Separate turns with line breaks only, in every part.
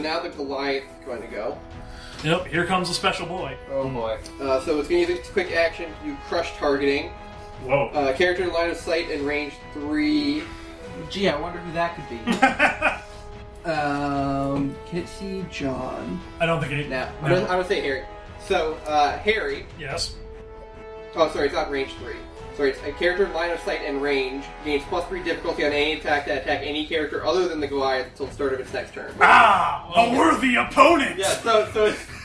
now the Goliath is going to go.
Nope, here comes a special boy.
Oh boy.
Uh, so it's going to use its quick action to do crush targeting.
Whoa.
Uh, character in line of sight and range three.
Gee, I wonder who that could be. um, can it see John?
I don't think it.
Now I'm going to say Harry. So uh, Harry.
Yes.
Oh, sorry, it's not range three. Sorry, it's a character in line of sight and range gains plus three difficulty on any attack that attack any character other than the Goliath until the start of its next turn.
Ah, a worthy opponent.
Yeah. So so. It's,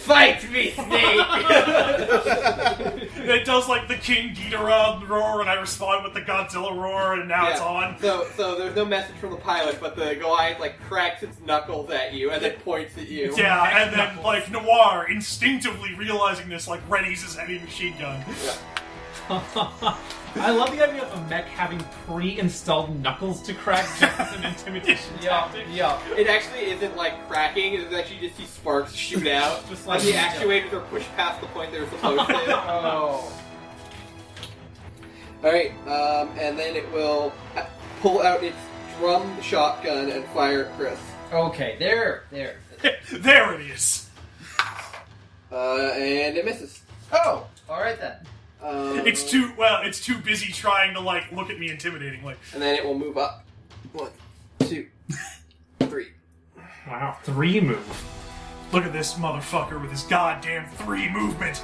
Fight me, snake!
It does like the King Ghidorah roar, and I respond with the Godzilla roar, and now it's
Yeah.
on.
So, so there's no message from the pilot, but the Goliath like cracks its knuckles at you and then points at you.
Yeah, and then like Noir instinctively realizing this, like readies his heavy machine gun.
I love the idea of mech having pre-installed knuckles to crack just as an intimidation tactic.
yeah.
It actually isn't like cracking; it's actually just these sparks shoot out.
Just
like
like-
the actuators are pushed past the point they were supposed to.
Oh.
All right, um, and then it will uh, pull out its drum shotgun and fire at Chris.
Okay, there, there.
there it is.
Uh, and it misses.
Oh, all right then.
Um,
It's too well. It's too busy trying to like look at me intimidatingly.
And then it will move up. One, two, three.
Wow.
Three move.
Look at this motherfucker with his goddamn three movement.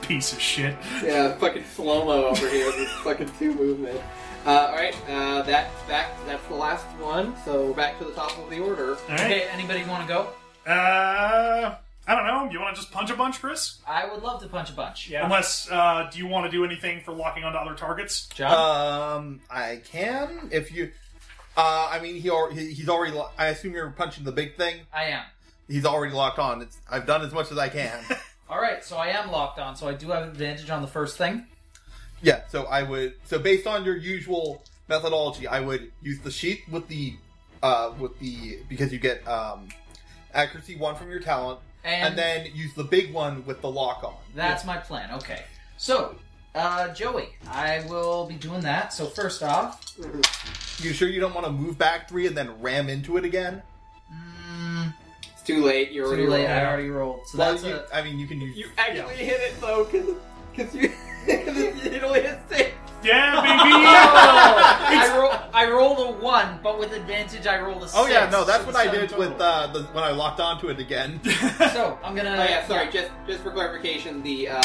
Piece of shit.
Yeah, fucking slow mo over here. This fucking two movement. Uh, all right, uh, that's back. That's the last one. So we're back to the top of the order.
All right.
Okay, anybody want to go?
Uh, I don't know. You want to just punch a bunch, Chris?
I would love to punch a bunch.
Yeah.
Unless, uh, do you want to do anything for locking onto other targets?
John?
Um, I can if you. Uh, I mean, he, al- he he's already. Lo- I assume you're punching the big thing.
I am.
He's already locked on. It's, I've done as much as I can.
All right, so I am locked on, so I do have advantage on the first thing.
yeah. So I would. So based on your usual methodology, I would use the sheath with the, uh, with the because you get um, accuracy one from your talent,
And,
and, then use the big one with the lock on.
that's my plan. Okay. So, uh, Joey, I will be doing that. So, first off,
You sure you don't want to move back three and then ram into it again?
mm,
It's too late. You're
too
already
late.
rolled.
I already rolled. So,
Well,
that's
you,
a.
I mean, you can use.
You actually hit it though, because you 'cause it it only hit six.
Yeah, baby.
Oh, I, roll, I rolled a one, but with advantage, I rolled a six.
Oh yeah, no, that's
so
what
the
I
seven
did
total.
with uh, the, when I locked onto it again.
So I'm gonna.
Oh yeah,
Uh,
sorry. Just just for clarification, the uh,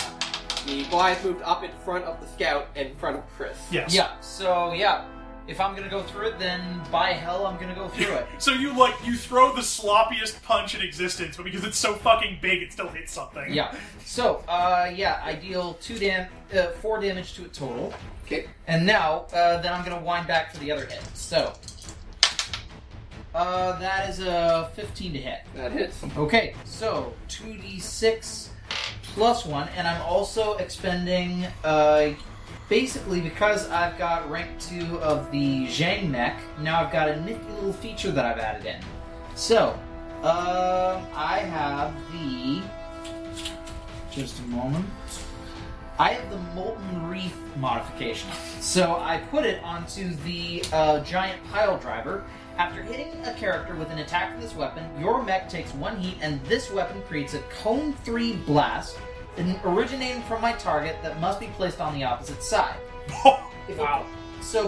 the Goliath moved up in front of the scout and in front of Chris.
yes.
Yeah. So yeah, if I'm gonna go through it, then by hell, I'm gonna go through it.
So you like you throw the sloppiest punch in existence, but because it's so fucking big, it still hits something.
Yeah. So, uh, yeah, I deal two dam, uh, four damage to it total,
Okay.
and now uh, then I'm gonna wind back for the other hit. So, uh, that is a 15 to hit.
That hits.
Okay. So 2d6 plus one, and I'm also expending, uh, basically because I've got rank two of the Zhang mech. Now I've got a nifty little feature that I've added in. So, um, I have the. Just a moment. I have the Molten Reef modification. So I put it onto the uh, giant pile driver. After hitting a character with an attack with this weapon, your mech takes one heat, and this weapon creates a cone 3 blast in- originating from my target that must be placed on the opposite side. If it-
wow.
so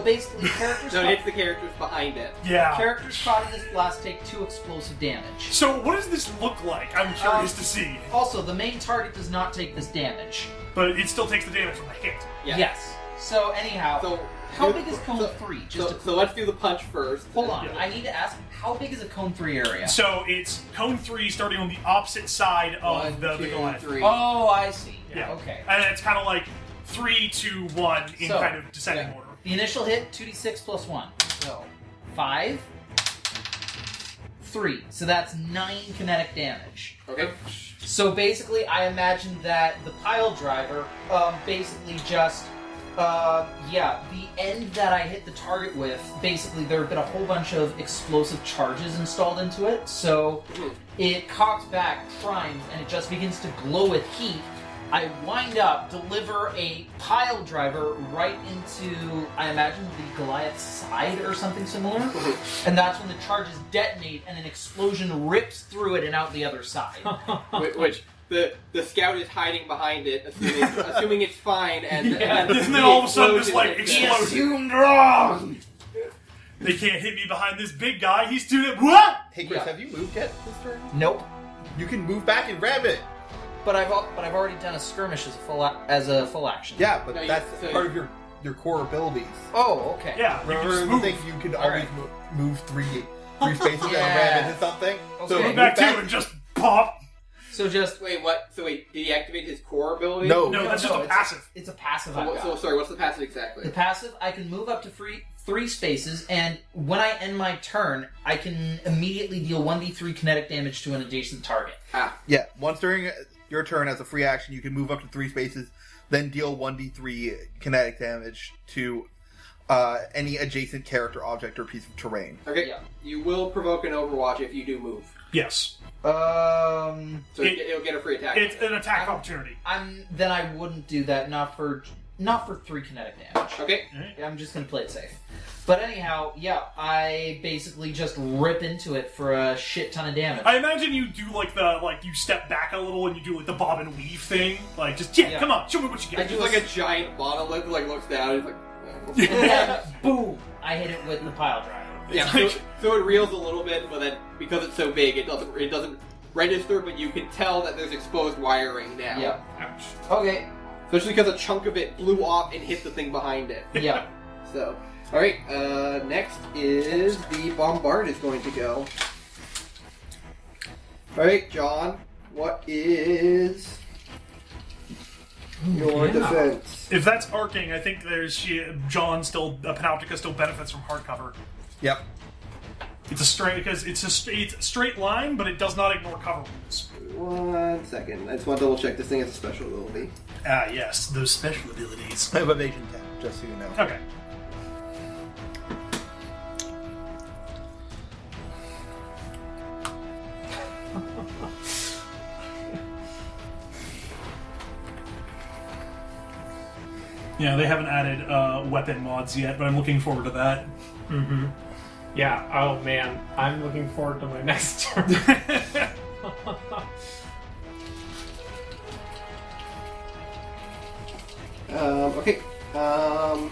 basically, characters,
So it hits the characters behind it.
yeah.
characters caught in this blast take two explosive damage.
So what does this look like? I'm
Uh,
curious to see.
Also, the main target does not take this damage.
But it still takes the damage from the hit.
Yeah.
Yes. So anyhow,
So
how big is cone
so-
three? Just
So,
to,
so let's do the punch first.
hold on,
Yeah.
I need to ask how big is a cone three area?
So it's cone three starting on the opposite side of
One,
Oh, the, the
two,
Goliath.
three.
Oh, I see.
Yeah.
Okay.
And it's kind of like three, two, one in
So,
kind of descending
yeah.
order.
The initial hit, two d six plus one, so five, three. So that's nine kinetic damage.
Okay.
So basically, I imagine that the pile driver um, basically just, uh, yeah, the end that I hit the target with, basically, there have been a whole bunch of explosive charges installed into it. So it cocks back, primes, and it just begins to glow with heat. I wind up, deliver a pile driver right into, I imagine, the Goliath's side or something similar. and that's when the charges detonate and an explosion rips through it and out the other side.
Whi- which the the scout is hiding behind it, assuming, assuming it's fine. And,
Yeah.
and the-
Isn't it all of a sudden just, like,
explosion-
He explodes? assumed
wrong!
They can't hit me behind this big guy. He's doing it. What?
Hey Chris,
Yeah.
have you moved yet this turn?
Nope.
You can move back and grab it.
But I've al- but I've already done a skirmish as a full a- as a full action.
Yeah, but
No, you-
that's
so-
part of your your core abilities.
Oh, okay.
Yeah, you can
Remember
just
the
move.
thing you can always
Alright.
move, move three three spaces
Yeah.
and grab into something. So
Okay.
Move
move
back
back,
two and just pop.
So just
Wait, what? So wait, did he activate his core ability?
No.
No, that's
no,
just a
it's-
passive.
it's a passive
So,
I've
what-
got.
so sorry, what's the passive
The
exactly?
passive, I can move up to three three spaces, and when I end my turn, I can immediately deal one d three kinetic damage to an adjacent target.
Ah,
Yeah, once during your turn as a free action, you can move up to three spaces, then deal one d three kinetic damage to uh, any adjacent character, object, or piece of terrain.
okay.
Yeah.
You will provoke an Overwatch if you do move,
Yes,
Um,
so
It-
it, will get a free attack.
it's an attack opportunity.
I'm then I wouldn't do that. Not for not for three kinetic damage.
okay.
I'm just gonna play it safe. But anyhow, yeah, I basically just rip into it for a shit ton of damage.
I imagine you do like the like you step back a little and you do like the bob and weave thing. Like just yeah,
Yeah.
come on, show me what you
It's
got.
just like a giant monolith like looks down. And it's like.
Yeah.
uh,
and then, boom! I hit it with the pile driver.
Yeah,
It's
so,
like-
so it reels a little bit, but then because it's so big, it doesn't it doesn't register. But you can tell that there's exposed wiring now,
Yep.
Ouch.
Okay.
especially because a chunk of it blew off and hit the thing behind it.
Yeah.
So, all right, uh, next is the bombard is going to go. All right, John, what is your
yeah.
defense?
If that's arcing, I think there's she, John still uh, Panoptica still benefits from hardcover.
Yep.
It's a straight because it's a st- it's a straight line, but it does not ignore cover rules.
One second, I just want to double check. This thing has a special ability.
Ah, yes, those special abilities.
I have evasion ten, just so you know.
Okay. Yeah, they haven't added uh, weapon mods yet, but I'm looking forward to that.
Mm-hmm. Yeah. Oh man, I'm looking forward to my next turn.
Um, okay. Um,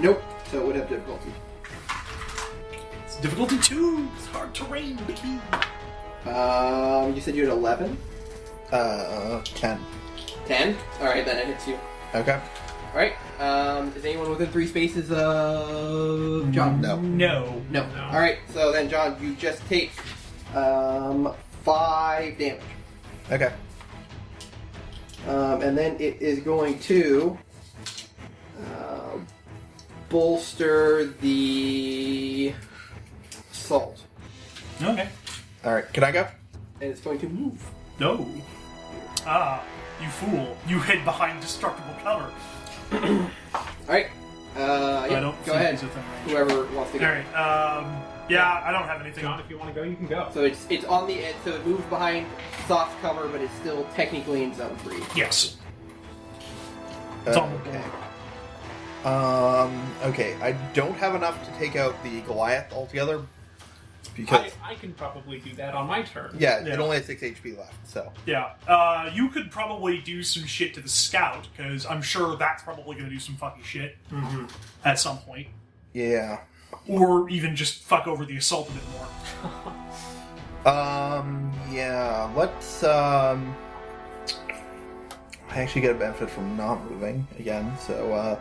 nope. So it would have difficulty.
It's difficulty two. It's hard terrain, baby.
Um, you said you had 11?
Uh, ten.
10? Alright, then it hits you.
Okay.
Alright, um, is anyone within three spaces of John?
No.
no.
No. Alright, so then, John, you just take, um, 5 damage.
Okay.
Um, and then it is going to, um, bolster the salt.
Okay.
All right. Can I go?
And it's going to move.
No. Ah, you fool! You hid behind destructible cover.
Alright, uh, yeah,
I don't
go
think
ahead.
he's within range.
Whoever wants to
All
go.
right. Um. Yeah, I don't have anything on.
John, if you want to go, you can go.
So it's it's on the edge, so it moves behind soft cover, but it's still technically in zone three.
Yes. It's on the board.
Um. Okay. I don't have enough to take out the Goliath altogether because
I, I can probably do that on my turn.
yeah,
Yeah.
it only has six HP left. So
Yeah. Uh, you could probably do some shit to the scout because I'm sure that's probably going to do some fucking shit
Mm-hmm.
at some point,
yeah.
or even just fuck over the assault a bit more.
Um. Yeah. Let's. Um. I actually get a benefit from not moving again. So. uh...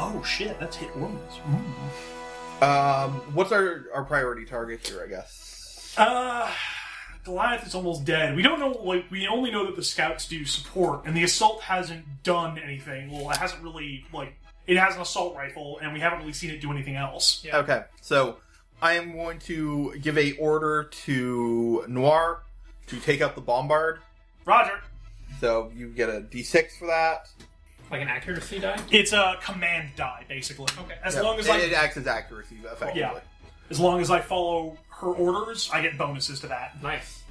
Oh shit! That's hit wounds.
Um, what's our, our priority target here, I guess?
Uh, Goliath is almost dead. We don't know, like, we only know that the scouts do support, and the assault hasn't done anything. Well, it hasn't really, like, it has an assault rifle, and we haven't really seen it do anything else.
Yeah.
Okay, so I am going to give a order to Noir to take out the bombard.
Roger.
So you get a d6 for that.
Like an accuracy die.
It's a command die, basically.
Okay.
As
Yeah,
long as
it,
I,
it acts as accuracy, effectively.
Yeah. as long as I follow her orders, I get bonuses to that.
Nice.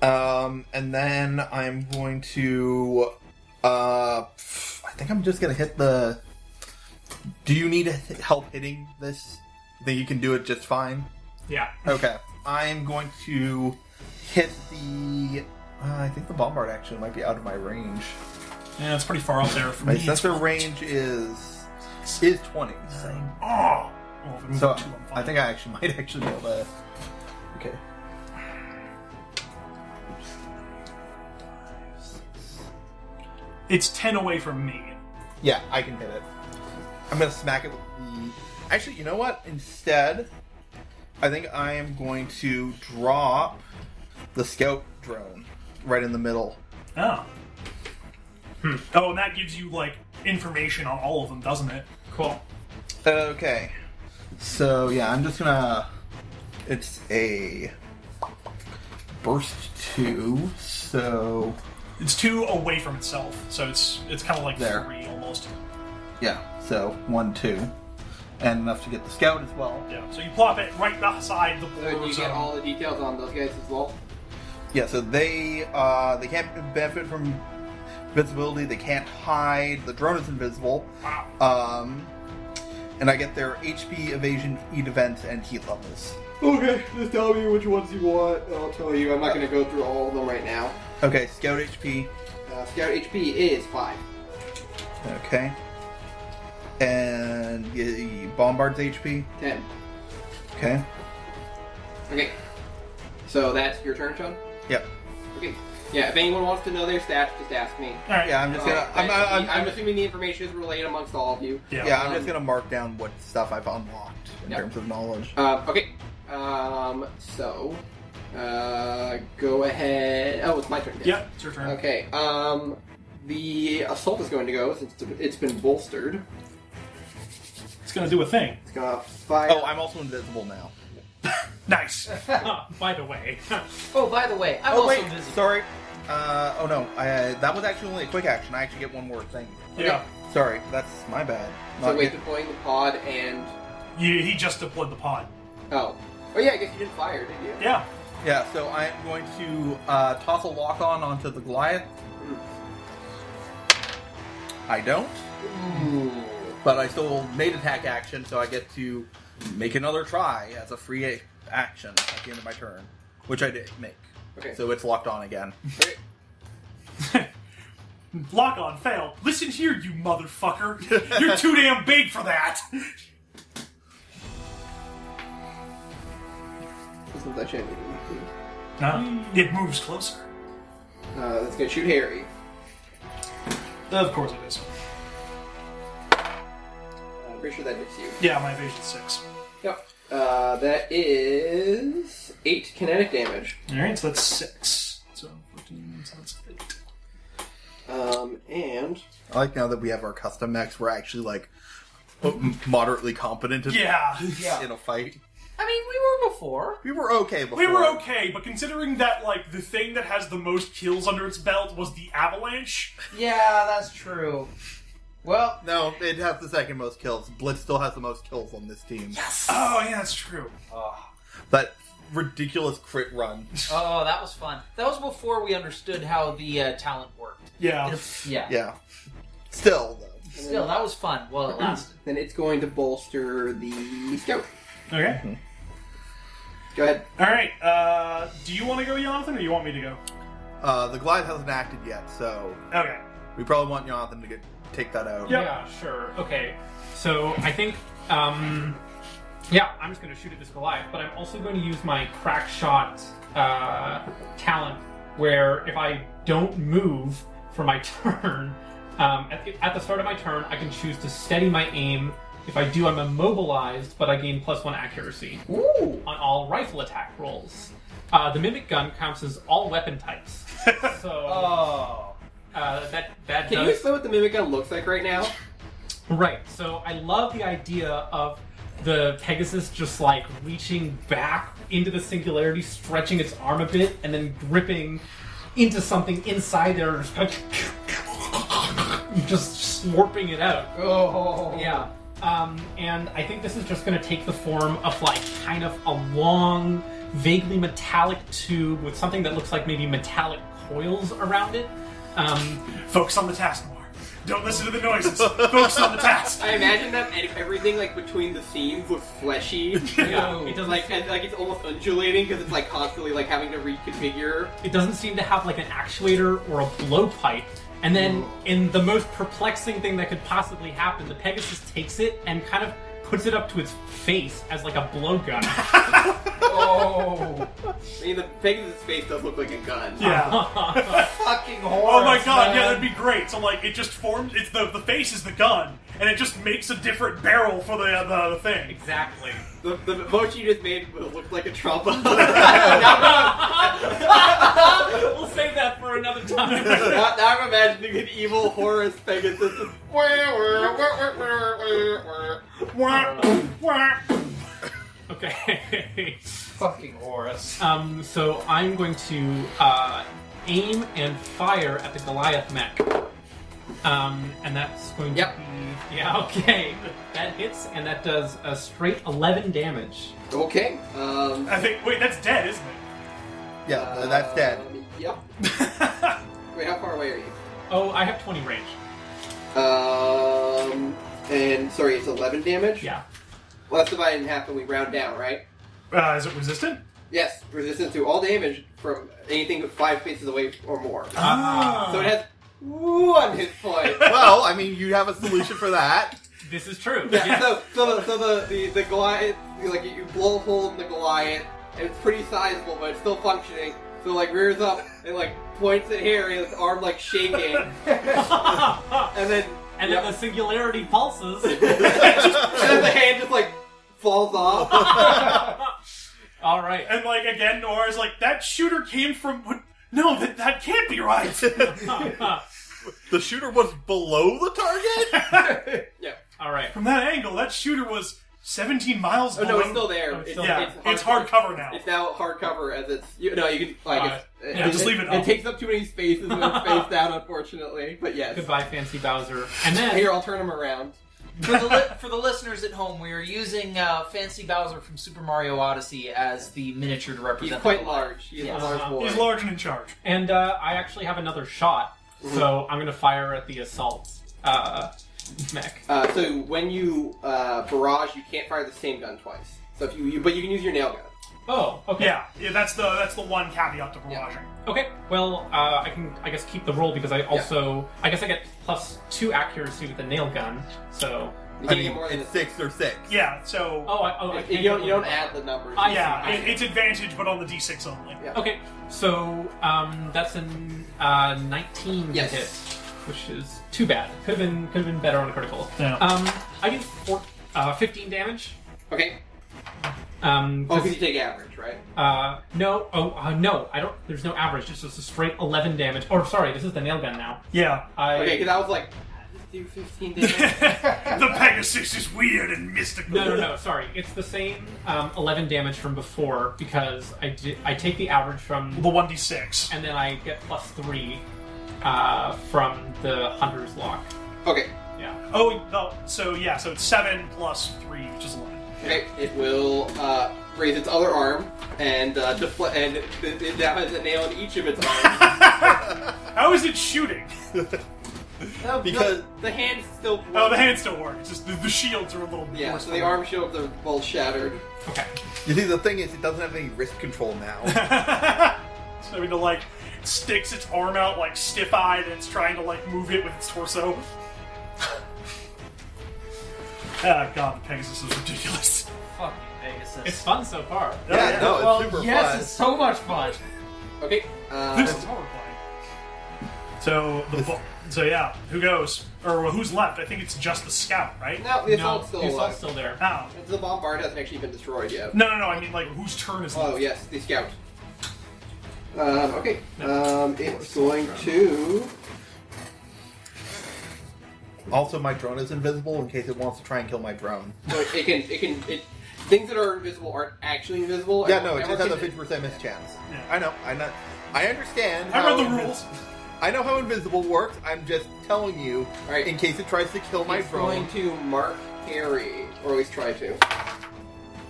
Um, and then I'm going to. Uh, pff, I think I'm just gonna hit the. Do you need help hitting this? I think you can do it just fine.
Yeah.
Okay, I'm going to hit the. Uh, I think the bombard actually might be out of my range.
Yeah, it's pretty far up there for
My
me. It's
sensor
one,
range is is 20.
two,
So,
nine. Oh, well, if I move
so
up two, I'm fine.
I think I actually might actually be able to. Okay.
it's ten away from me.
Yeah, I can hit it. I'm gonna smack it with the. Actually, you know what? Instead, I think I am going to drop the scout drone right in the middle.
Oh. Hmm. Oh, and that gives you like information on all of them, doesn't it? Cool.
Okay. So yeah, I'm just gonna. It's a burst two. So
It's two away from itself, so it's it's kind of like
There.
three almost.
yeah, so one two, and enough to get the scout as well.
Yeah. So you plop it right beside the
So do
border
you get
Oh, zone.
all the details on those guys as well?
Yeah, so they uh, they can't benefit from visibility. They can't hide. The drone is invisible.
Wow.
Um, and I get their HP, evasion, heat events, and heat levels.
Okay, just tell me which ones you want, and I'll tell you. I'm not going to go through all of them right now.
Okay, scout HP.
Uh, scout HP is five.
Okay. And y- bombard's HP.
Ten.
Okay.
Okay. So that's your turn, Sean?
Yep.
Okay. Yeah, if anyone wants to know their stats, just ask me.
All right.
Yeah, I'm just gonna.
Uh,
I'm,
I-
I'm,
I'm
I'm,
assuming the information is relayed amongst all of you.
Oh, Yeah.
yeah, I'm
um,
just gonna mark down what stuff I've unlocked in
Yep.
terms of knowledge.
Uh, okay. Um, so, uh, go ahead. Oh, it's my turn. yes.
Yep. It's your turn.
Okay. Um, the assault is going to go since it's been bolstered.
It's gonna do a thing.
It's gonna fire.
Oh, I'm also invisible now.
Nice.
Huh, by the way,
Oh, by the way, I'm
oh
also
wait,
busy.
sorry. Uh, oh no, I, that was actually only a quick action. I actually get one more thing.
Yeah.
Sorry, that's my bad.
so
Not
wait,
good.
deploying the pod and
You, he just deployed the pod.
oh, oh yeah, I guess you didn't fire, did you?
Yeah.
Yeah, so I am going to uh, toss a lock on onto the Goliath. I don't,
Ooh.
but I still made attack action, so I get to make another try as a free a- action at the end of my turn, which I did make.
Okay.
So it's locked on again.
Okay.
Lock on. Fail. Listen here, you motherfucker. You're too damn big for that.
This one's actually moving, please.
No. It moves closer.
Uh, that's gonna shoot Harry.
Of course it is.
Uh, I'm pretty sure that hits you.
Yeah, my evasion's six.
Yep. Uh, that is eight kinetic damage.
All right, so that's six. So 14, so that's eight.
Um, and
I like now that we have our custom mechs, we're actually like m- moderately competent in,
Yeah.
Yeah.
in a fight.
I mean, we were before.
We were okay before.
We were okay, but considering that, like, the thing that has the most kills under its belt was the Avalanche,
Yeah, that's true. Well,
No, it has the second most kills. Blitz still has the most kills on this team.
Oh yeah, that's true.
That ridiculous crit run.
oh, that was fun. That was before we understood how the uh, talent worked.
Oh. Yeah.
Yeah.
Yeah. Still though.
Still, that was fun while it lasted.
then it's going to bolster the scout.
Okay.
Go ahead.
All right. Uh, do you want to go, Jonathan, or you want me to go?
Uh, the Goliath hasn't acted yet, so
Okay.
we probably want Jonathan to get take that out.
Yep.
yeah, sure. Okay, so I think, um, yeah, I'm just going to shoot at this Goliath, but I'm also going to use my crack shot uh, talent, where if I don't move for my turn, um, at, the, at the start of my turn, I can choose to steady my aim. If I do, I'm immobilized, but I gain plus one accuracy
Ooh.
on all rifle attack rolls. Uh, the mimic gun counts as all weapon types, so
Oh.
uh, that that
Can
does...
you explain what the mimic gun looks like right now?
Right. So I love the idea of the Pegasus just like reaching back into the singularity, stretching its arm a bit, and then gripping into something inside there, and just, just slurping it out.
Oh.
Yeah. Um, and I think this is just going to take the form of like kind of a long, vaguely metallic tube with something that looks like maybe metallic coils around it. Um,
Focus on the task more. Don't listen to the noises. Focus on the task.
I imagine that ev- everything like between the seams looks fleshy.
yeah, it doesn't
like and, like it's almost undulating because it's like constantly like having to reconfigure.
It doesn't seem to have like an actuator or a blowpipe. And then, in the most perplexing thing that could possibly happen, the Pegasus takes it and kind of puts it up to its face as like a blowgun.
Oh,
I mean, the Pegasus face does look like a gun.
Yeah.
fucking
Oh
horror!
my god, yeah, that'd be great. So like, it just forms. It's the the face is the gun, and it just makes a different barrel for the the, the thing.
exactly.
The, the motion you just made looked like a trompa.
We'll save that for another time.
now, now I'm imagining an evil horus Pegasus. That's
Wah, wah.
okay.
fucking Horus.
Um, so I'm going to uh, aim and fire at the Goliath mech. Um, and that's going
Yep.
to be. Yeah, okay. That hits, and that does a straight 11 damage.
okay. Um,
I think. Wait, that's dead, isn't it?
Yeah, th- that's dead.
um, Yep. Wait, how far away are you?
Oh, I have 20 range.
Um, and sorry, it's 11 damage.
Yeah.
Well, that's divided in half, and we round down, right?
Uh, is it resistant?
Yes, resistance to all damage from anything five spaces away or more.
Uh, Ah.
So it has one hit point.
Well, I mean, you have a solution for that.
This is true.
Yeah, so, so, the, so the, the, the Goliath, you, like, you blow a hole in the Goliath, and it's pretty sizable, but it's still functioning. So, like, rears up and, like, points at Harry, his arm, like, shaking. and then,
and
yep,
then the singularity pulses.
and then the hand just, like, falls off.
All right.
And like again, Nora's like that shooter came from. What? No, that that can't be right.
The shooter was below the target?
yeah.
All right.
from that angle, that shooter was 17 miles.
Oh, no,
below-
it's still there.
Oh, it's
It's,
still
Yeah,
it's, hard,
it's hard cover now.
It's now hard cover as it's. You, no, you can, like,
Alright.
it's,
Yeah, just leave it
It,
up.
takes up too many spaces when it's spaced out, unfortunately. But yes.
Goodbye, Fancy Bowser. And then.
Here, I'll turn him around.
for the li- for the listeners at home, we are using uh, Fancy Bowser from Super Mario Odyssey as the miniature to
He's
represent.
quite
the-
large. He's
Yes.
a large boy.
He's large and in charge.
And uh, I actually have another shot, so I'm gonna fire at the assault uh, mech.
Uh, so when you uh, barrage, you can't fire the same gun twice. So if you, you but you can use your nail gun.
Oh, okay.
Yeah, yeah, that's the that's the one caveat to barraging.
Okay. Well, uh, I can, I guess, keep the roll because I also, I guess, I get plus two accuracy with the nail gun. So,
You
I
can't
mean,
get more than
it's six or six.
Yeah, so
oh, I, oh, I
If- if
can't
you don't
get
you don't
one.
add the numbers.
I-
yeah,
see,
it, it's advantage, but on the d6 only.
Yeah.
Okay. So, um, that's an uh, 19 to
Yes.
hit, which is too bad. Could have been, could have been better on a critical.
Yeah.
Um, I do four, uh, 15 damage.
Okay.
Um,
Oh,
'cause-
because you take average, right?
Uh, no, oh, uh, no, I don't, there's no average, it's just a straight 11 damage. Or, sorry, this is the nail gun now.
Yeah,
I,
Okay, because I was like, just do 15 damage.
the Pegasus is weird and mystical.
No, no, no, sorry, it's the same, um, 11 damage from before, because I, di- I take the average
The
from,
1d6.
and then I get plus 3, uh, from the Hunter's Lock.
okay.
Yeah.
Oh, no, so yeah, so it's 7 plus 3, which is 11.
Okay. It will uh, raise its other arm and uh, deflect, and it, it, it now has a nail in each of its arms.
How is it shooting?
No, no,
Because-
the hand's still.
Oh, the hand still works. Just the, the shields are a little
Yeah.
worse
So the
for
arm shields are both shattered.
Okay.
You see, the thing is, it doesn't have any wrist control now.
It's having to like sticks its arm out like stiff-eyed and it's trying to like move it with its torso. ah, God, the Pegasus is ridiculous.
Fucking Pegasus.
It's fun so far.
yeah, no, it's
well,
super
yes,
fun.
it's so much fun.
Okay. Uh,
This is horrifying. So the bu- so yeah, who goes or who's left? I think it's just the scout, right?
no, the
no,
assault's still
the assault's
alive.
still there.
Oh.
The bombard hasn't actually been destroyed yet.
No, no, no. I mean, like, whose turn is
Oh
left?
yes, the scout. Um, okay. Um, it's going to.
Also, my drone is invisible in case it wants to try and kill my drone.
So it, it can. It can. It, things that are invisible aren't actually invisible.
Yeah, no, it
Everyone-
just has a
everyone
fifty percent miss chance.
Yeah.
I know. I know. I understand.
I read
how
Oh,
the
invis-
rules.
I know how invisible works. I'm just telling you
Alright.
in case it tries to kill
can-
my
It's going
drone.
to mark parry, or at least try to.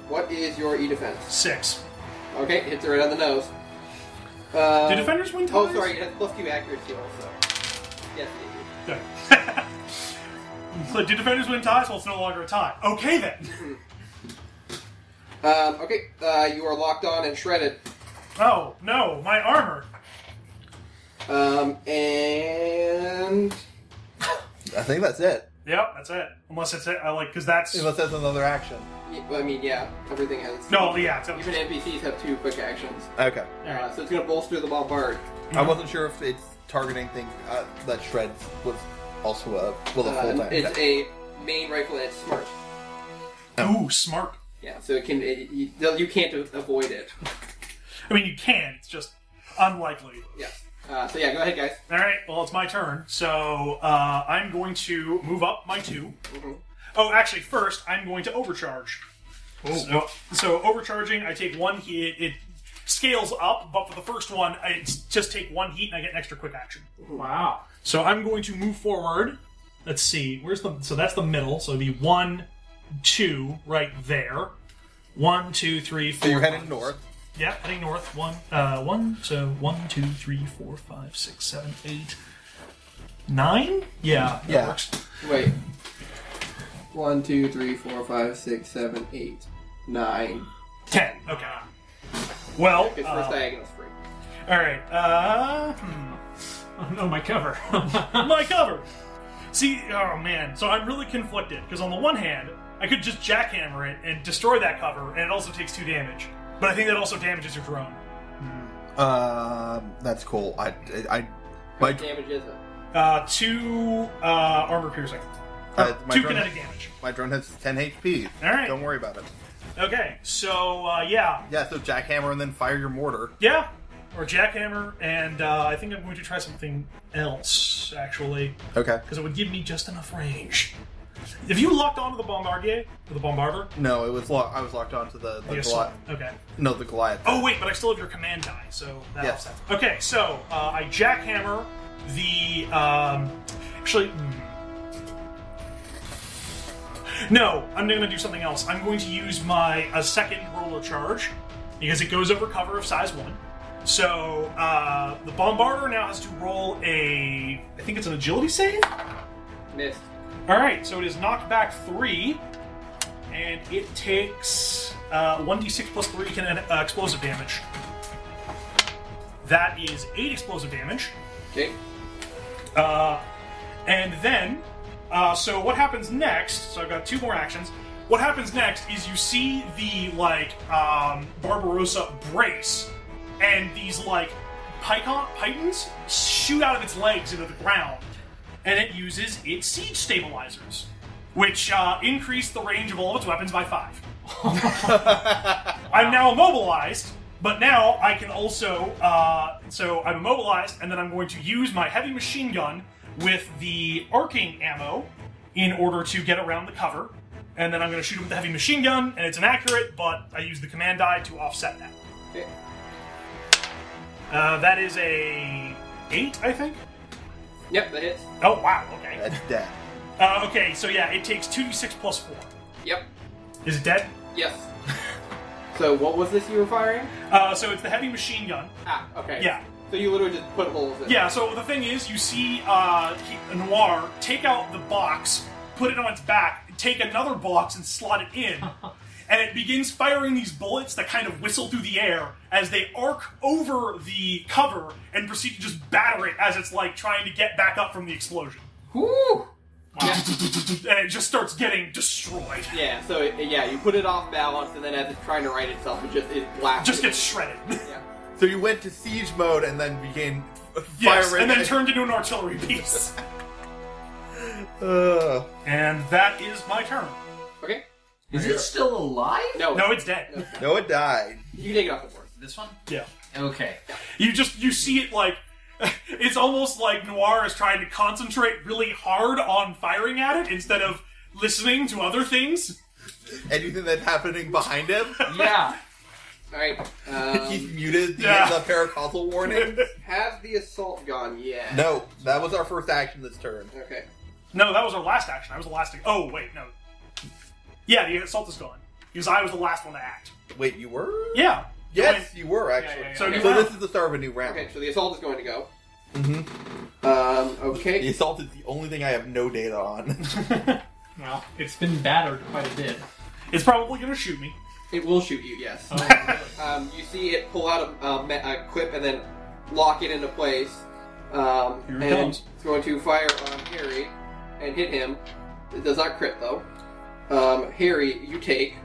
What is your E defense?
Six.
Okay, hits it right on the nose. Uh,
Do defenders win
Oh,
ties?
sorry, it has plus two accuracy also. Yes, it
No. so do defenders win ties? Well, it's no longer a tie. Okay then.
is. Um, okay, uh, you are locked on and shredded.
Oh no, my armor.
Um, and
I think that's it.
Yep, that's it. Unless it's it, I like because that's
Unless that's another action.
y- I mean, yeah, everything has.
no, yeah. It's,
Even NPCs have two quick actions,
Okay.
uh, so it's gonna bolster the bombard.
I wasn't sure if it's targeting things uh, that shreds was also a well a full
Uh,
time.
it's a main rifle and it's smart.
Ooh, smart.
Yeah, so it can it, you, you can't avoid it.
I mean, you can. It's just unlikely.
Yeah. Uh, so yeah, go ahead, guys.
All right. Well, it's my turn. So uh, I'm going to move up my 2
Mm-hmm.
Oh, actually, first I'm going to overcharge. So, so overcharging, I take one heat. It scales up, but for the first one, I s- just take one heat and I get an extra quick action.
Wow.
So I'm going to move forward. Let's see. Where's the? So that's the middle. So it'd be one, two, right there. One, two, three, four.
so you're heading
five.
north.
Yeah, heading north. One, uh, one. So one, two, three, four, five, six, seven, eight, nine. Yeah, that
Yeah.
works.
Wait. One, two, three, four, five, six, seven, eight, nine.
Ten. Okay. Well,
It's
uh,
first diagonal spring.
all right. Uh, hmm.
Oh no, my cover.
my cover. See, oh man. So I'm really conflicted because on the one hand, I could just jackhammer it and destroy that cover, and it also takes two damage. But I think that also damages your drone.
Um, that's cool. I, I, my,
Damage is it?
Uh, two uh, armor piercing,
uh, my
two
drone,
kinetic damage.
my drone has 10 HP.
All right.
Don't worry about it.
Okay, so uh, yeah,
Yeah, so jackhammer and then fire your mortar.
yeah, or jackhammer, and uh, I think I'm going to try something else actually
Okay.
because it would give me just enough range. If you locked onto the bombardier or the bombarder,
No, it was locked. I was locked onto the, the
the assault.
Goliath.
Okay.
No, the Goliath.
Oh wait, but I still have your command die, so that
Yes.
offsets. Okay, so uh, I jackhammer the. Um, actually, hmm. no, I'm going to do something else. I'm going to use my a second roller charge because it goes over cover of size one. So uh, the bombarder now has to roll a. I think it's an agility save.
Missed.
All right, so it is knocked back three, and it takes uh, one d six plus three can, uh, explosive damage. That is eight explosive damage,
Okay.
uh, and then uh, so what happens next? So I've got two more actions. What happens next is you see the like um, Barbarossa brace, and these like pycon pythons shoot out of its legs into the ground, and it uses its siege stabilizers, which uh, increase the range of all of its weapons by five. I'm now immobilized, but now I can also. Uh, so I'm immobilized, and then I'm going to use my heavy machine gun with the arcing ammo in order to get around the cover. And then I'm going to shoot him with the heavy machine gun, and it's inaccurate, but I use the command die to offset that.
Okay.
Uh, that is a eight, I think.
Yep, that hits.
Oh wow, okay.
That's dead.
Uh, okay, so yeah, it takes two d six plus four.
Yep.
Is it dead?
Yes. so what was this you were firing?
Uh, so it's the heavy machine gun.
Ah, okay.
Yeah.
So you literally just put holes in. it.
Yeah, so the thing is, you see uh, Noir take out the box, put it on its back, take another box and slot it in, and it begins firing these bullets that kind of whistle through the air as they arc over the cover and proceed to just batter it as it's like trying to get back up from the explosion.
Whew. Yeah.
And it just starts getting destroyed.
Yeah, so it, yeah, you put it off balance, and then as it's trying to right itself, it just it blasts.
Just gets shredded.
yeah.
So you went to siege mode and then began f-
yes,
firing.
and then turned into an artillery piece.
Ugh.
and that is my turn.
Okay.
Is it still alive?
No.
No, it's dead.
no, it died.
You take it off the board.
This one?
Yeah.
Okay.
You just you see it like it's almost like Noir is trying to concentrate really hard on firing at it instead of listening to other things.
Anything that's happening behind him?
Yeah.
All right.
He's
Um,
muted the,
Yeah.
the paracausal warning.
have the assault gone? Yeah.
no, that was our first action this turn.
Okay.
No, that was our last action. That was the last. Oh wait, no. Yeah, the assault is gone because I was the last one to act.
Wait, you were?
Yeah.
Yes, you were actually.
yeah, yeah.
So
So,
new
this
round.
is the start of a new round.
Okay, so the assault is going to go.
Mhm.
Um,
The
okay.
assault is the only thing I have no data on.
Well, it's been battered quite a bit.
It's probably gonna shoot me.
It will shoot you, yes.
Oh, really?
Um, you see it pull out a, a, me- a quip and then lock it into place. Um,
Here it
and
comes.
It's going to fire on Harry and hit him. It does not crit though. Um, Harry, you take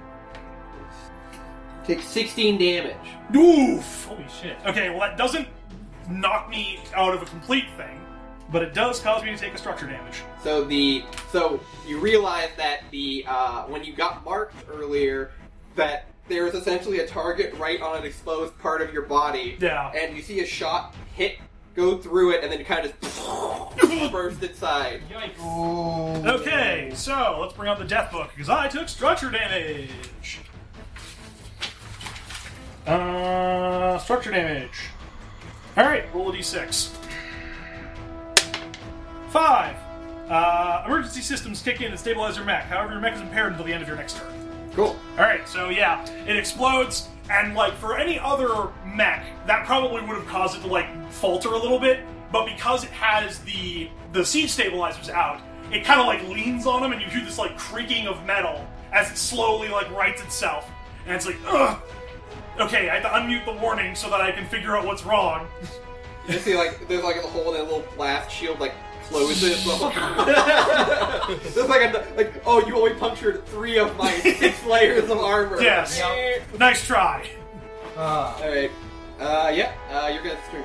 take 16 damage.
Oof.
Holy shit.
Okay, well that doesn't knock me out of a complete thing, but it does cause me to take a structure damage.
So the so you realize that the uh, when you got marked earlier that there is essentially a target right on an exposed part of your body.
Yeah.
And you see a shot hit go through it and then kind of just burst inside.
Yikes.
Oh.
Ooh.
Okay, so let's bring out the death book because I took structure damage. Uh, structure damage. All right, roll a d6. Five. Uh, emergency systems kick in and stabilize your mech. However, your mech is impaired until the end of your next turn.
Cool.
All right, so yeah, it explodes, and like for any other mech, that probably would have caused it to like falter a little bit. But because it has the the siege stabilizers out, it kind of like leans on them, and you hear this like creaking of metal as it slowly like rights itself, and it's like, ugh. Okay, I have to unmute the warning so that I can figure out what's wrong.
You see, like, there's like a hole in a little blast shield, like, closes. there's like a, like, oh, you only punctured three of my six layers of armor.
Yes. Nice try.
Uh,
Alright. Uh, yeah, uh, you're gonna turn.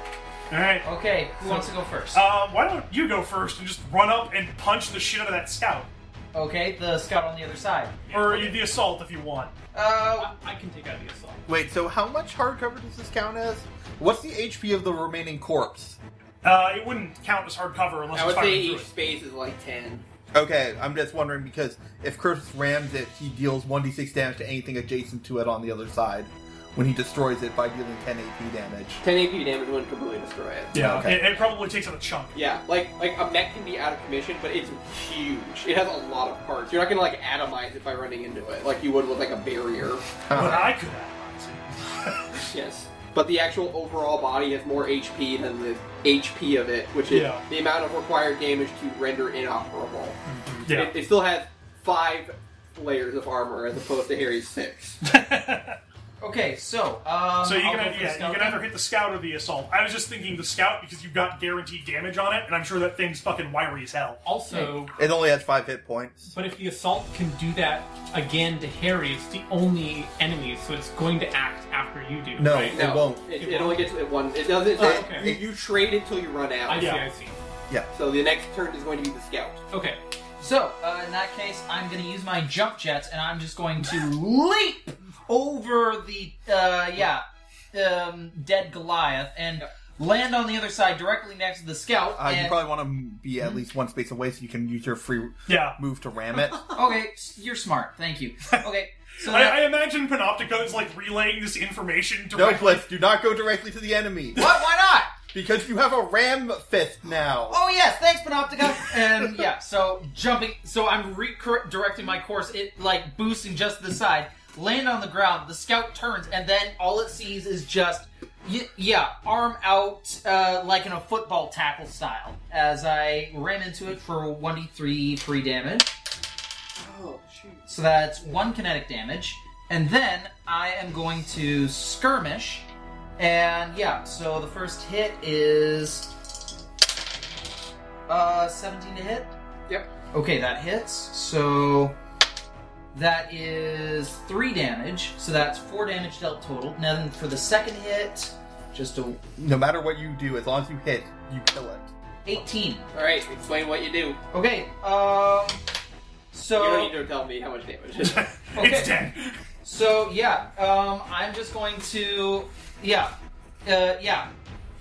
All right.
okay, who wants to go first?
Uh, why don't you go first and just run up and punch the shit out of that scout,
okay, the scout on the other side.
or the assault if you want.
Uh,
I, I can take out the assault.
Wait, so how much hardcover does this count as? What's the HP of the remaining corpse?
Uh, it wouldn't count as hardcover unless
I
it's
would say
firing through
each
it.
space is like 10.
Okay, I'm just wondering because if Curtis rams it, he deals 1d6 damage to anything adjacent to it on the other side when he destroys it by dealing 10 AP damage.
10 AP damage wouldn't completely destroy it.
Yeah,
Okay.
it, it probably takes out a chunk.
Yeah, like like a mech can be out of commission, but it's huge. It has a lot of parts. You're not gonna like atomize it by running into it, like you would with like a barrier.
But I could have.
Yes. But the actual overall body has more HP than the HP of it, which is
Yeah.
the amount of required damage to render inoperable.
yeah.
It, it still has five layers of armor as opposed to Harry's six.
okay, so um,
so you
I'll
can,
go
either-
for the
yeah, you
scout
can
then.
either hit the scout or the assault. I was just thinking the scout because you got guaranteed damage on it, and I'm sure that thing's fucking wiry as hell.
Also,
It only has 5 hit points.
but if the assault can do that again to Harry, it's the only enemy, so it's going to act after you do.
No.
Right?
It won't.
It, it only gets it one. It doesn't.
Oh,
it-
okay.
you, you trade until you run out.
I see,
Yeah.
I see.
So the next turn is going to be the scout.
Okay.
So, uh, in that case, I'm going to use my jump jets, and I'm just going to leap over the uh, yeah um, dead Goliath and land on the other side, directly next to the scout.
Uh, you
and-
probably want to be at least one space away so you can use your free
Yeah.
move to ram it.
okay, s- you're smart. Thank you. Okay, so that-
I, I imagine Panoptico is like relaying this information
no,
directly.
Blitz, do not go directly to the enemy
what? Why not?
because you have a ram fist now.
Oh yes, thanks Panoptica. and yeah, so jumping, so I'm redirecting my course. It like boosting just to the side, land on the ground. The scout turns, and then all it sees is just y- yeah, arm out uh, like in a football tackle style. As I ram into it for one d three free damage,
Oh shoot!
so that's one kinetic damage, and then I am going to skirmish, and yeah, so the first hit is uh seventeen to hit.
Yep.
Okay, that hits. So that is three damage. So that's four damage dealt total. Now then for the second hit, just a
No matter what you do, as long as you hit, you kill it.
18.
All right, explain what you do.
Okay. Um.
You
So
don't need to tell me how much damage.
It's dead.
so yeah. Um. I'm just going to yeah. Uh. Yeah.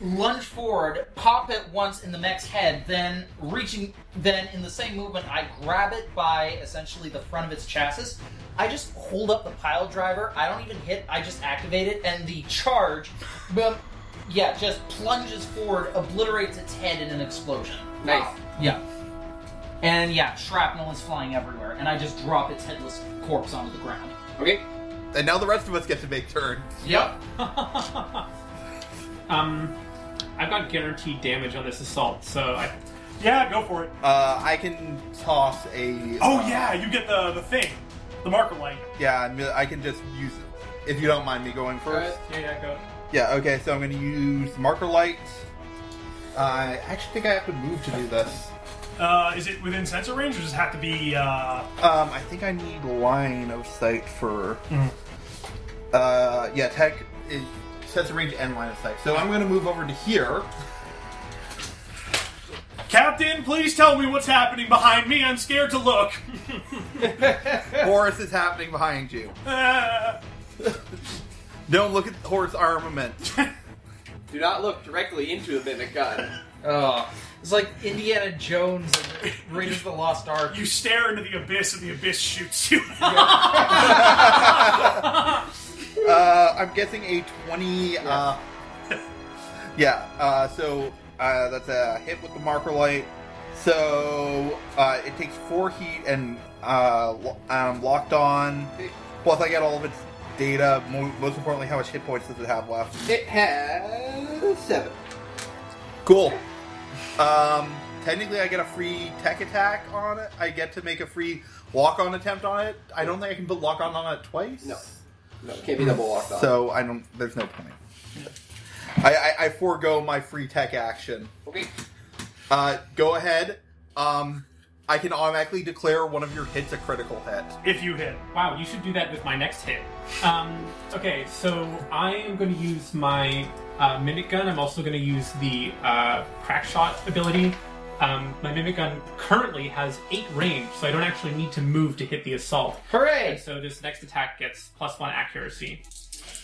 Lunge forward, pop it once in the mech's head, then reaching, then in the same movement, I grab it by essentially the front of its chassis. I just hold up the pile driver. I don't even hit. I just activate it, and the charge, but yeah, just plunges forward, obliterates its head in an explosion.
nice.
Yeah. And yeah, shrapnel is flying everywhere, and I just drop its headless corpse onto the ground.
Okay.
And now the rest of us get to make turns.
Yep.
um, I've got guaranteed damage on this assault, so I,
Yeah, go for it.
Uh, I can toss a.
Oh
uh,
yeah, you get the the thing, the marker light.
Yeah, I'm gonna- I can just use it. If you don't mind me going first.
yeah, yeah, go.
Yeah, okay, so I'm going to use marker light. Uh, I actually think I have to move to do this.
Uh, is it within sensor range, or does it have to be? Uh,
Um, I think I need line of sight for.
Mm.
Uh, yeah, tech is sets a range and line of sight. So I'm going to move over to here.
Captain, please tell me what's happening behind me. I'm scared to look.
Horus is happening behind you.
Uh,
Don't look at Horus armament.
Do not look directly into a mimic gun.
Oh, it's like Indiana Jones and Raiders of the Lost Ark.
you stare into the abyss, and the abyss shoots you.
Uh, I'm guessing a 20. Uh, yeah, uh, so uh, that's a hit with the marker light. So uh, it takes 4 heat and uh, lo- um, locked on. Plus, I get all of its data. Mo- Most importantly, how much hit points does it have left?
It has seven.
Cool. Um, technically, I get a free tech attack on it. I get to make a free lock on attempt on it. I don't think I can put lock on on it twice.
No. No, can't be double locked on.
So I don't. There's no point. I, I, I forego my free tech action.
okay.
Uh, go ahead. Um, I can automatically declare one of your hits a critical hit.
if you hit.
Wow, you should do that with my next hit. Um, okay, so I am going to use my uh, mimic gun. I'm also going to use the uh, crack shot ability. Um, my mimic gun currently has eight range, so I don't actually need to move to hit the assault.
Hooray!
So this next attack gets plus one accuracy.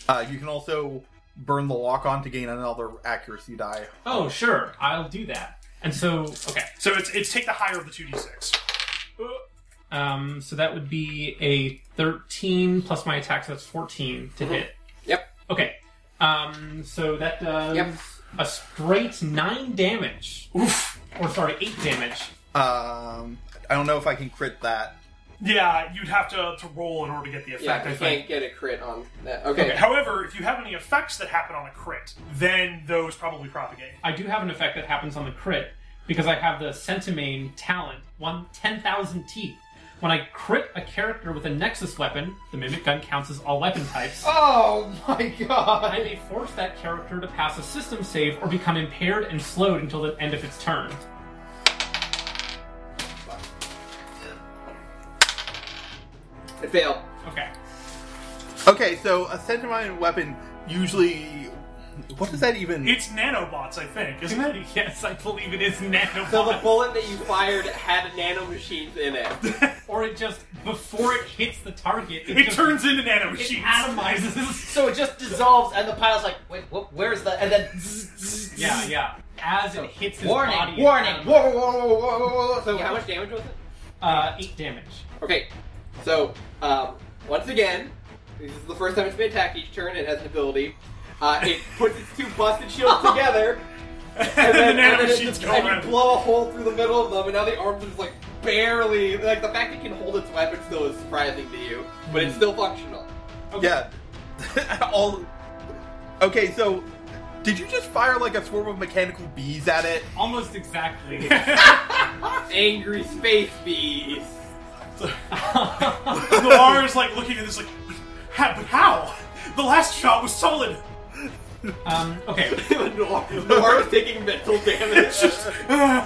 Uh, you can also burn the lock on to gain another accuracy die.
Oh, sure, I'll do that. And so, okay.
So it's it's take the higher of the two d six.
Um, so that would be a 13 plus my attack, so that's 14 to hit.
Yep.
Okay. Um, so that does
Yep.
a straight nine damage. Oof. Or sorry, eight damage.
Um, I don't know if I can crit that.
Yeah, you'd have to, to roll in order to get the
Yeah,
effect. I
you
think.
can't get a crit on that. Okay.
However, if you have any effects that happen on a crit, then those probably propagate.
I do have an effect that happens on the crit because I have the Centimane talent, one ten thousand teeth. When I crit a character with a Nexus weapon, the mimic gun counts as all weapon types.
Oh my god!
I may force that character to pass a system save or become impaired and slowed until the end of its turn.
It failed.
Okay.
Okay, so a centimine weapon usually. What does that even?
It's nanobots, I think, isn't it?
Yes, I believe it is nanobots.
So the bullet that you fired had nanomachines in it.
or it just before it hits the target, it,
It
just-
turns into nano
it
machines.
atomizes.
So it just dissolves, and the pilot's like, wait, wh- where's the? And then, zzz, zzz, zzz.
yeah, yeah. As it hits his
warning,
body, it
warning,
atomizes.
warning.
So how much damage was it?
Uh, eight damage.
Okay. So um, once again, this is the first time it's been attacked each turn. It has an ability. Uh, it puts its two busted shields together,
and then the
and
nano
then it
machines
just-
go
and
around.
you blow a hole through the middle of them, and now the arms are just like barely like the fact it can hold its weapon still is surprising to you, but
Hmm.
it's still functional.
Yeah. all. Okay, so did you just fire like a swarm of mechanical bees at it?
Almost exactly.
Angry space bees.
And the bar is like looking at this, like, "Ha- but how? The last shot was solid.
um, okay.
Noir is taking mental damage.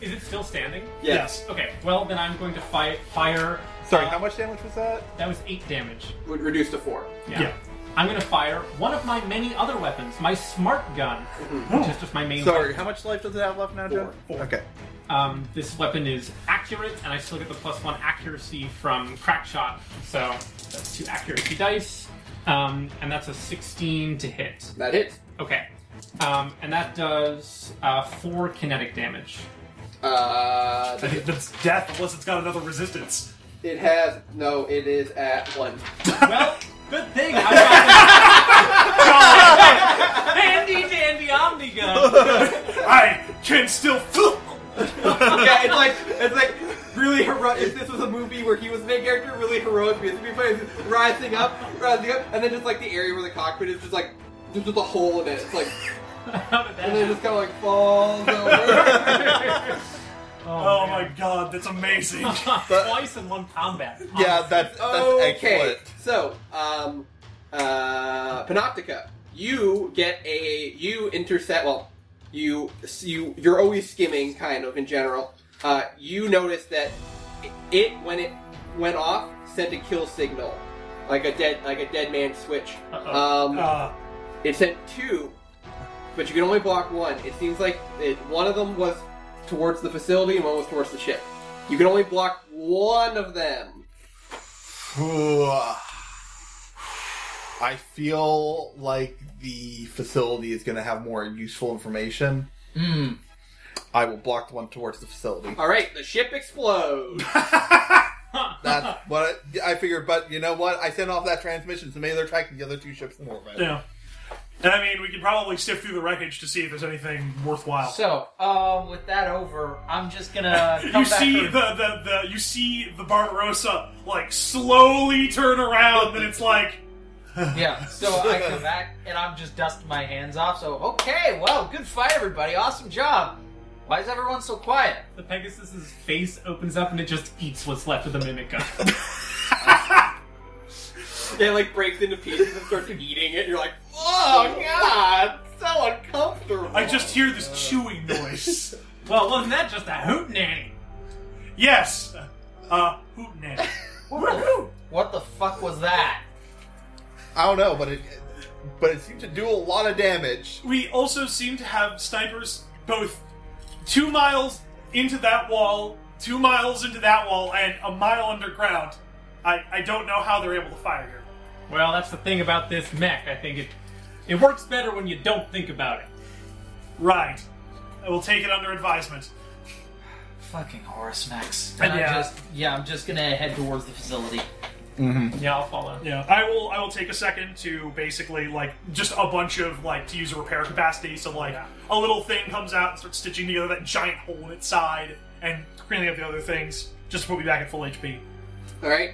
Is it still standing?
yes.
Okay. Well, then I'm going to fi- fire.
Sorry,
uh,
how much damage was that?
That was eight damage.
Would reduce to four.
Yeah.
Yeah.
I'm going to fire one of my many other weapons, my smart gun, which is just my main.
Sorry, how much life does it have left now, Jeff? Okay.
weapon. Um, this weapon is accurate, and I still get the plus one accuracy from crack shot. So that's two accuracy dice, um, and that's a 16 to hit.
That hits.
Okay. Um, and that does uh, four kinetic damage.
Uh,
I think that's death unless it's got another resistance.
it has no. It is at one.
Well, good thing I got the handy dandy omni gun.
I can still.
yeah, it's like it's like really heroic. If this was a movie where he was the main character, really heroic because he'd be playing rising up, rising up, and then just like the area where the cockpit is just like there's just a hole in it. It's like
How did
and then it
that
just kind of like falls over.
happen?
Oh
man.
my god, that's amazing.
Twice in one combat.
Yeah, that's that's
okay,
excellent.
so um, uh, Panoptica, you get a you intercept. Well, you you you're always skimming, kind of in general. Uh, you notice that it when it went off sent a kill signal, like a dead like a dead man switch.
Uh-oh.
Um,
Uh,
it sent two, but you can only block one. It seems like it, one of them was towards the facility and one was towards the ship. You can only block one of them.
I feel like the facility is going to have more useful information.
Mm.
I will block the one towards the facility.
All right, the ship explodes.
That's what I, I figured. But you know what? I sent off that transmission, so maybe they're tracking the other two ships in orbit.
yeah. And I mean, we could probably sift through the wreckage to see if there's anything worthwhile.
So, um, with that over, I'm just gonna. Come
you
back
see
for-
the, the, the you see the Barbarossa like slowly turn around, and it's like
Yeah, so I come back and I'm just dusting my hands off. So, okay, well, good fight, everybody. Awesome job. Why is everyone so quiet?
The Pegasus's face opens up and it just eats what's left of the mimic gun.
It like breaks into pieces and starts eating it. And you're like, oh god, it's so uncomfortable.
I just hear this chewing noise.
well, wasn't that just a hootenanny?
yes, uh, hootenanny.
What the fuck was that?
I don't know, but it but it seemed to do a lot of damage.
We also seem to have snipers both two miles into that wall, two miles into that wall, and a mile underground. I, I don't know how they're able to fire here.
Well, that's the thing about this mech. I think it it works better when you don't think about it.
Right. I will take it under advisement.
Fucking Horace Max.
And
I'm
yeah.
just, yeah, I'm just gonna head towards the facility.
Yeah, I'll follow.
Yeah, I will. I will take a second to basically like just a bunch of like to use a repair capacity. So like
Yeah.
a little thing comes out and starts stitching together that giant hole in its side and cleaning up the other things just to put me back at full HP.
All right,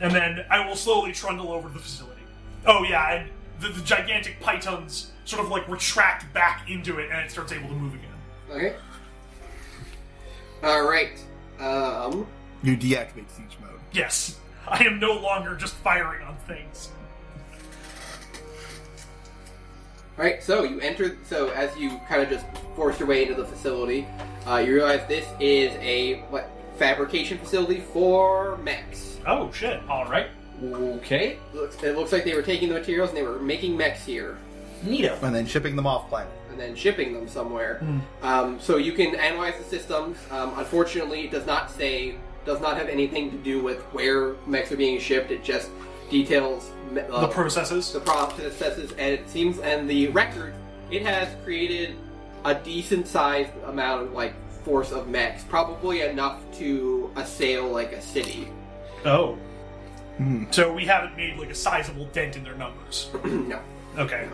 And then I will slowly trundle over to the facility. Oh yeah, and the, the gigantic pythons sort of like retract back into it and it starts able to move again.
okay, all right. Um,
You deactivate siege mode.
Yes, I am no longer just firing on things.
all right. So you enter. So as you kind of just force your way into the facility, uh, you realize this is a what fabrication facility for mechs.
Oh shit!
All right.
Okay.
Looks, it looks like they were taking the materials and they were making mechs here.
Neato.
And then shipping them off planet.
and then shipping them somewhere.
Hmm.
Um, so you can analyze the systems. Um, unfortunately, it does not say, does not have anything to do with where mechs are being shipped. It just details me- uh,
The processes.
the processes, and it seems, and the record, it has created a decent sized amount of like force of mechs, probably enough to assail like a city.
Oh. So we haven't made like a sizable dent in their numbers.
no.
Okay.
And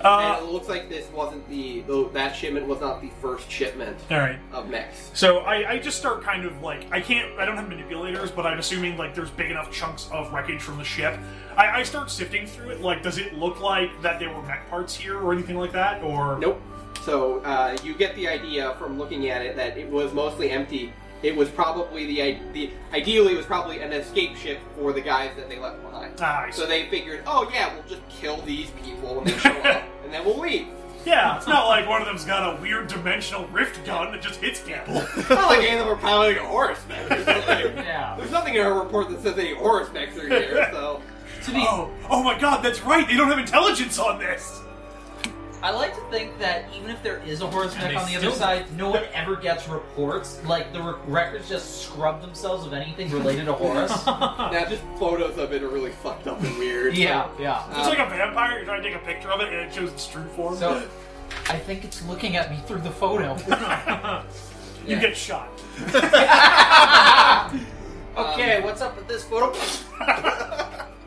Uh,
it looks like this wasn't the, though that shipment was not the first shipment
all right.
of mechs.
So I, I just start kind of like I can't I don't have manipulators, but I'm assuming like there's big enough chunks of wreckage from the ship. I, I start sifting through it. Like, does it look like that there were mech parts here or anything like that? Or
Nope. So uh, you get the idea from looking at it that it was mostly empty. It was probably the, i- the ideally it was probably an escape ship for the guys that they left behind.
Ah, I see.
So they figured, oh yeah, we'll just kill these people when they show up, and then we'll leave.
yeah, it's not like one of them's got a weird dimensional rift gun that just hits people.
It's not like any of them are piloting a Horus mech. or something.
Yeah.
There's nothing in our report that says any Horus mechs are here. So
To be,
oh, oh my God, that's right. They don't have intelligence on this.
I like to think that even if there is a Horace
And
Max
they
on the
still-
other side, no one ever gets reports. Like the re- records just scrub themselves of anything related to Horace.
now just photos of it are really fucked up and weird.
yeah, yeah.
It's
Um,
like a vampire. You're trying to take a picture of it, and it shows its true form.
So, I think it's looking at me through the photo.
you
yeah.
get shot.
okay, what's up with this photo?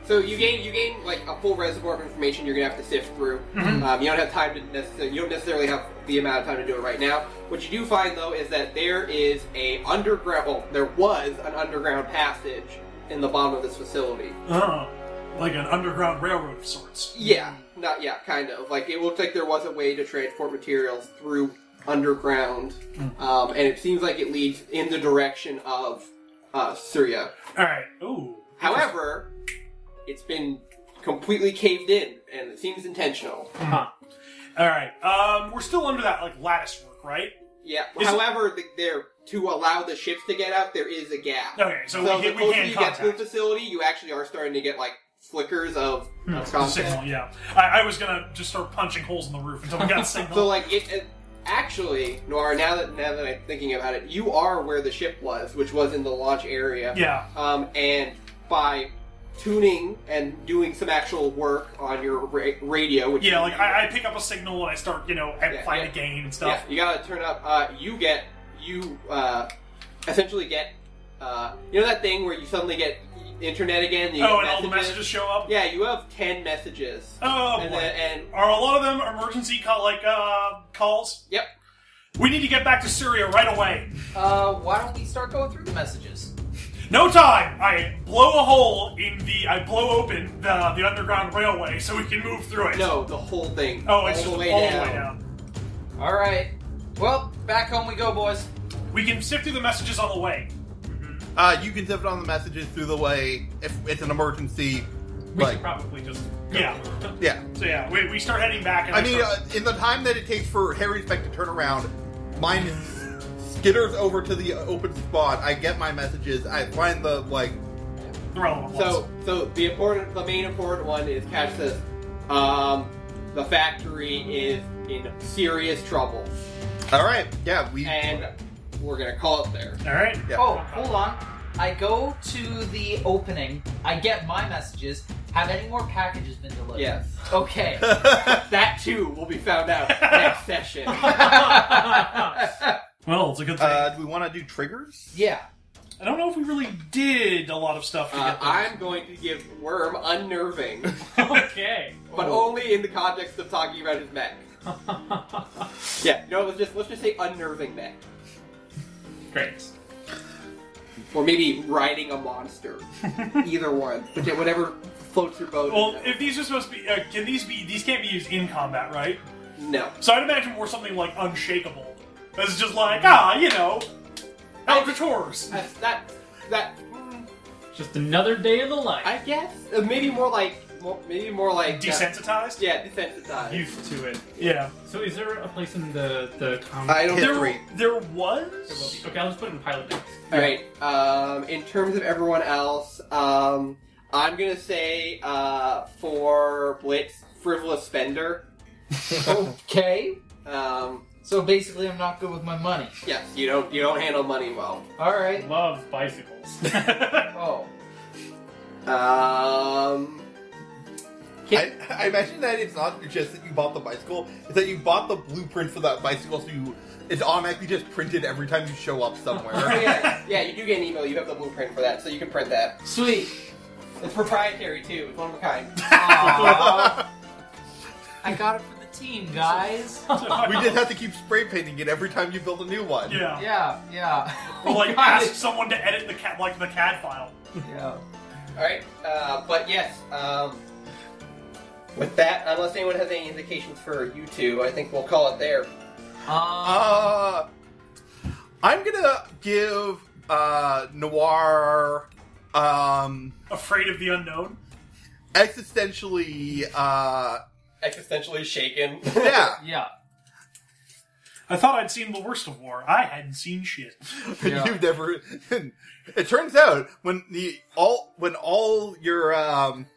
So you gain you gain like a full reservoir of information you're gonna have to sift through. Um, you don't have time to necessarily you don't necessarily have the amount of time to do it right now. What you do find though is that there is a underground. Well, there was an underground passage in the bottom of this facility.
Uh, like an underground railroad of sorts.
Yeah, not yeah, kind of. Like it looked like there was a way to transport materials through underground, um, and it seems like it leads in the direction of uh, Syria.
All right. Ooh.
However, it's been completely caved in, and it seems intentional.
Huh.
All right. Um, we're still under that like lattice work, right?
Yeah.
Is-
However, the, there to allow the ships to get out, there is a gap.
Okay. So,
so
we,
the
hit, we
closer
can
you get to the
contact.
facility, you actually are starting to get like flickers of,
Hmm,
of
the
contact.
signal. Yeah. I, I was gonna just start punching holes in the roof until we got signal.
So like it, it actually, Noir, now that now that I'm thinking about it, you are where the ship was, which was in the launch area.
yeah.
Um, and by tuning and doing some actual work on your ra- radio, which
Yeah. Like I, I pick up a signal and I start, you know, amplifying
yeah.
the gain and
yeah,
stuff.
you gotta turn up. Uh, you get you uh, essentially get uh, you know that thing where you suddenly get internet again. And you
oh,
get
and all the messages show up.
Yeah, you have ten messages.
Oh
and,
boy.
then, and
Are a lot of them emergency call like uh, calls?
yep.
We need to get back to Syria right away.
Uh, why don't we start going through the messages?
No time. I blow a hole in the. I blow open the the underground railway so we can move through it.
No, the whole thing.
Oh, it's
all
just
the way
all
down.
the way down.
All right. Well, back home we go, boys.
We can sift through the messages on the way.
Uh, you can sift on the messages through the way if it's an emergency.
We
Like,
should probably just.
Yeah.
yeah.
So yeah, we, we start heading back. And
I
then
mean,
start-
uh, in the time that it takes for Harry's Beck to turn around, mine skitters over to the open spot. I get my messages. I find the like.
the relevant
So,
ones.
so the important, the main important one is Cash says, um, the factory is in serious trouble,
All right, yeah, we.
and we're gonna call it there.
All right.
Yeah.
Oh, hold on. I go to the opening. I get my messages. Have any more packages been delivered?
Yes,
Okay.
Uh,
that too will be found out next session.
Well, it's a good thing.
uh, do we want to do triggers?
yeah.
I don't know if we really did a lot of stuff to
Uh,
get there.
I'm going to give Worm unnerving,
Okay.
but
Oh.
only in the context of talking about his mech. Yeah, no, let's just let's just say unnerving mech,
Great.
or maybe riding a monster. Either one, Which- whatever floats your boat.
Well, if these are supposed to be, uh, can these be? These can't be used in combat, right?
no.
So I'd imagine more something like unshakable. That's just
Mm.
like ah, you know, Eldritch horrors.
That's that that mm,
Just another day of the life.
I guess Uh, maybe more like more, maybe more like uh,
Desensitized.
yeah, desensitized.
used to it.
Yeah.
So is there a place in the the? Com-
I don't.
Hit
There
three.
There
There will
was.
be. Okay, I'll just put it in pilot next.
All right. Um, in terms of everyone else, um, I'm gonna say uh, for Blitz, frivolous spender.
Oh. Okay.
Um,
So basically, I'm not good with my money.
yes, you don't you don't handle money well.
All right.
Loves bicycles.
Oh.
Um,
I, I imagine that it's not just that you bought the bicycle; it's that you bought the blueprint for that bicycle, so you it's automatically just printed every time you show up somewhere.
oh, yeah, yeah, you do get an email. You have the blueprint for that, so you can print that.
Sweet.
It's proprietary too. It's one of a kind.
Aw. I got it for the team, guys.
we just have to keep spray painting it every time you build a new one.
Yeah.
Yeah, yeah.
Or Oh,
Oh
like
Got
ask
it.
someone to edit the cat like the CAD file.
Yeah.
All right, uh, but yes. Um, with that, unless anyone has any indications for you two, I think we'll call it there.
Um,
Uh, I'm gonna give uh, Noir um,
Afraid of the unknown.
existentially. Uh,
Existentially shaken.
yeah,
yeah.
I thought I'd seen the worst of war. I hadn't seen shit.
Yeah.
you've never. it turns out when the all when all your um,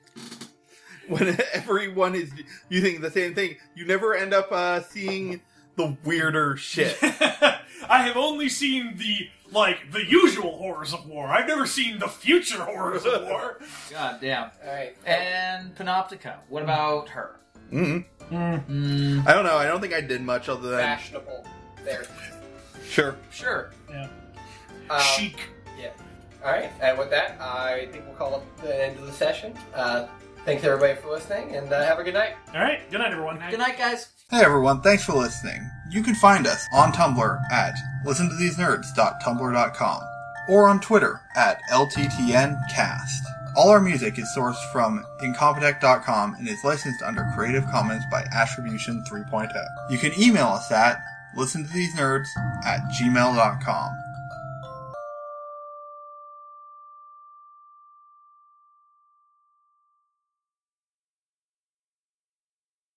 when everyone is using the same thing, you never end up uh, seeing the weirder shit.
I have only seen the like the usual horrors of war. I've never seen the future horrors of war.
God damn.
All right.
And Panoptica. What about her?
mm
Mm,
I don't know. I don't think I did much other than
fashionable. There.
sure.
sure.
Yeah.
Um,
Chic.
All right, and with that, I think we'll call it the end of the session. Uh,
Thanks everybody for listening, and uh, have a good night.
All right. Good night, everyone.
Good night, guys.
Hey everyone, thanks for listening. You can find us on Tumblr at listentothesenerds.tumblr.com or on Twitter at LTTNcast. All our music is sourced from incompetech.com and is licensed under Creative Commons by oh. Attribution 3.0. You can email us at listentothesenerds at gmail.com.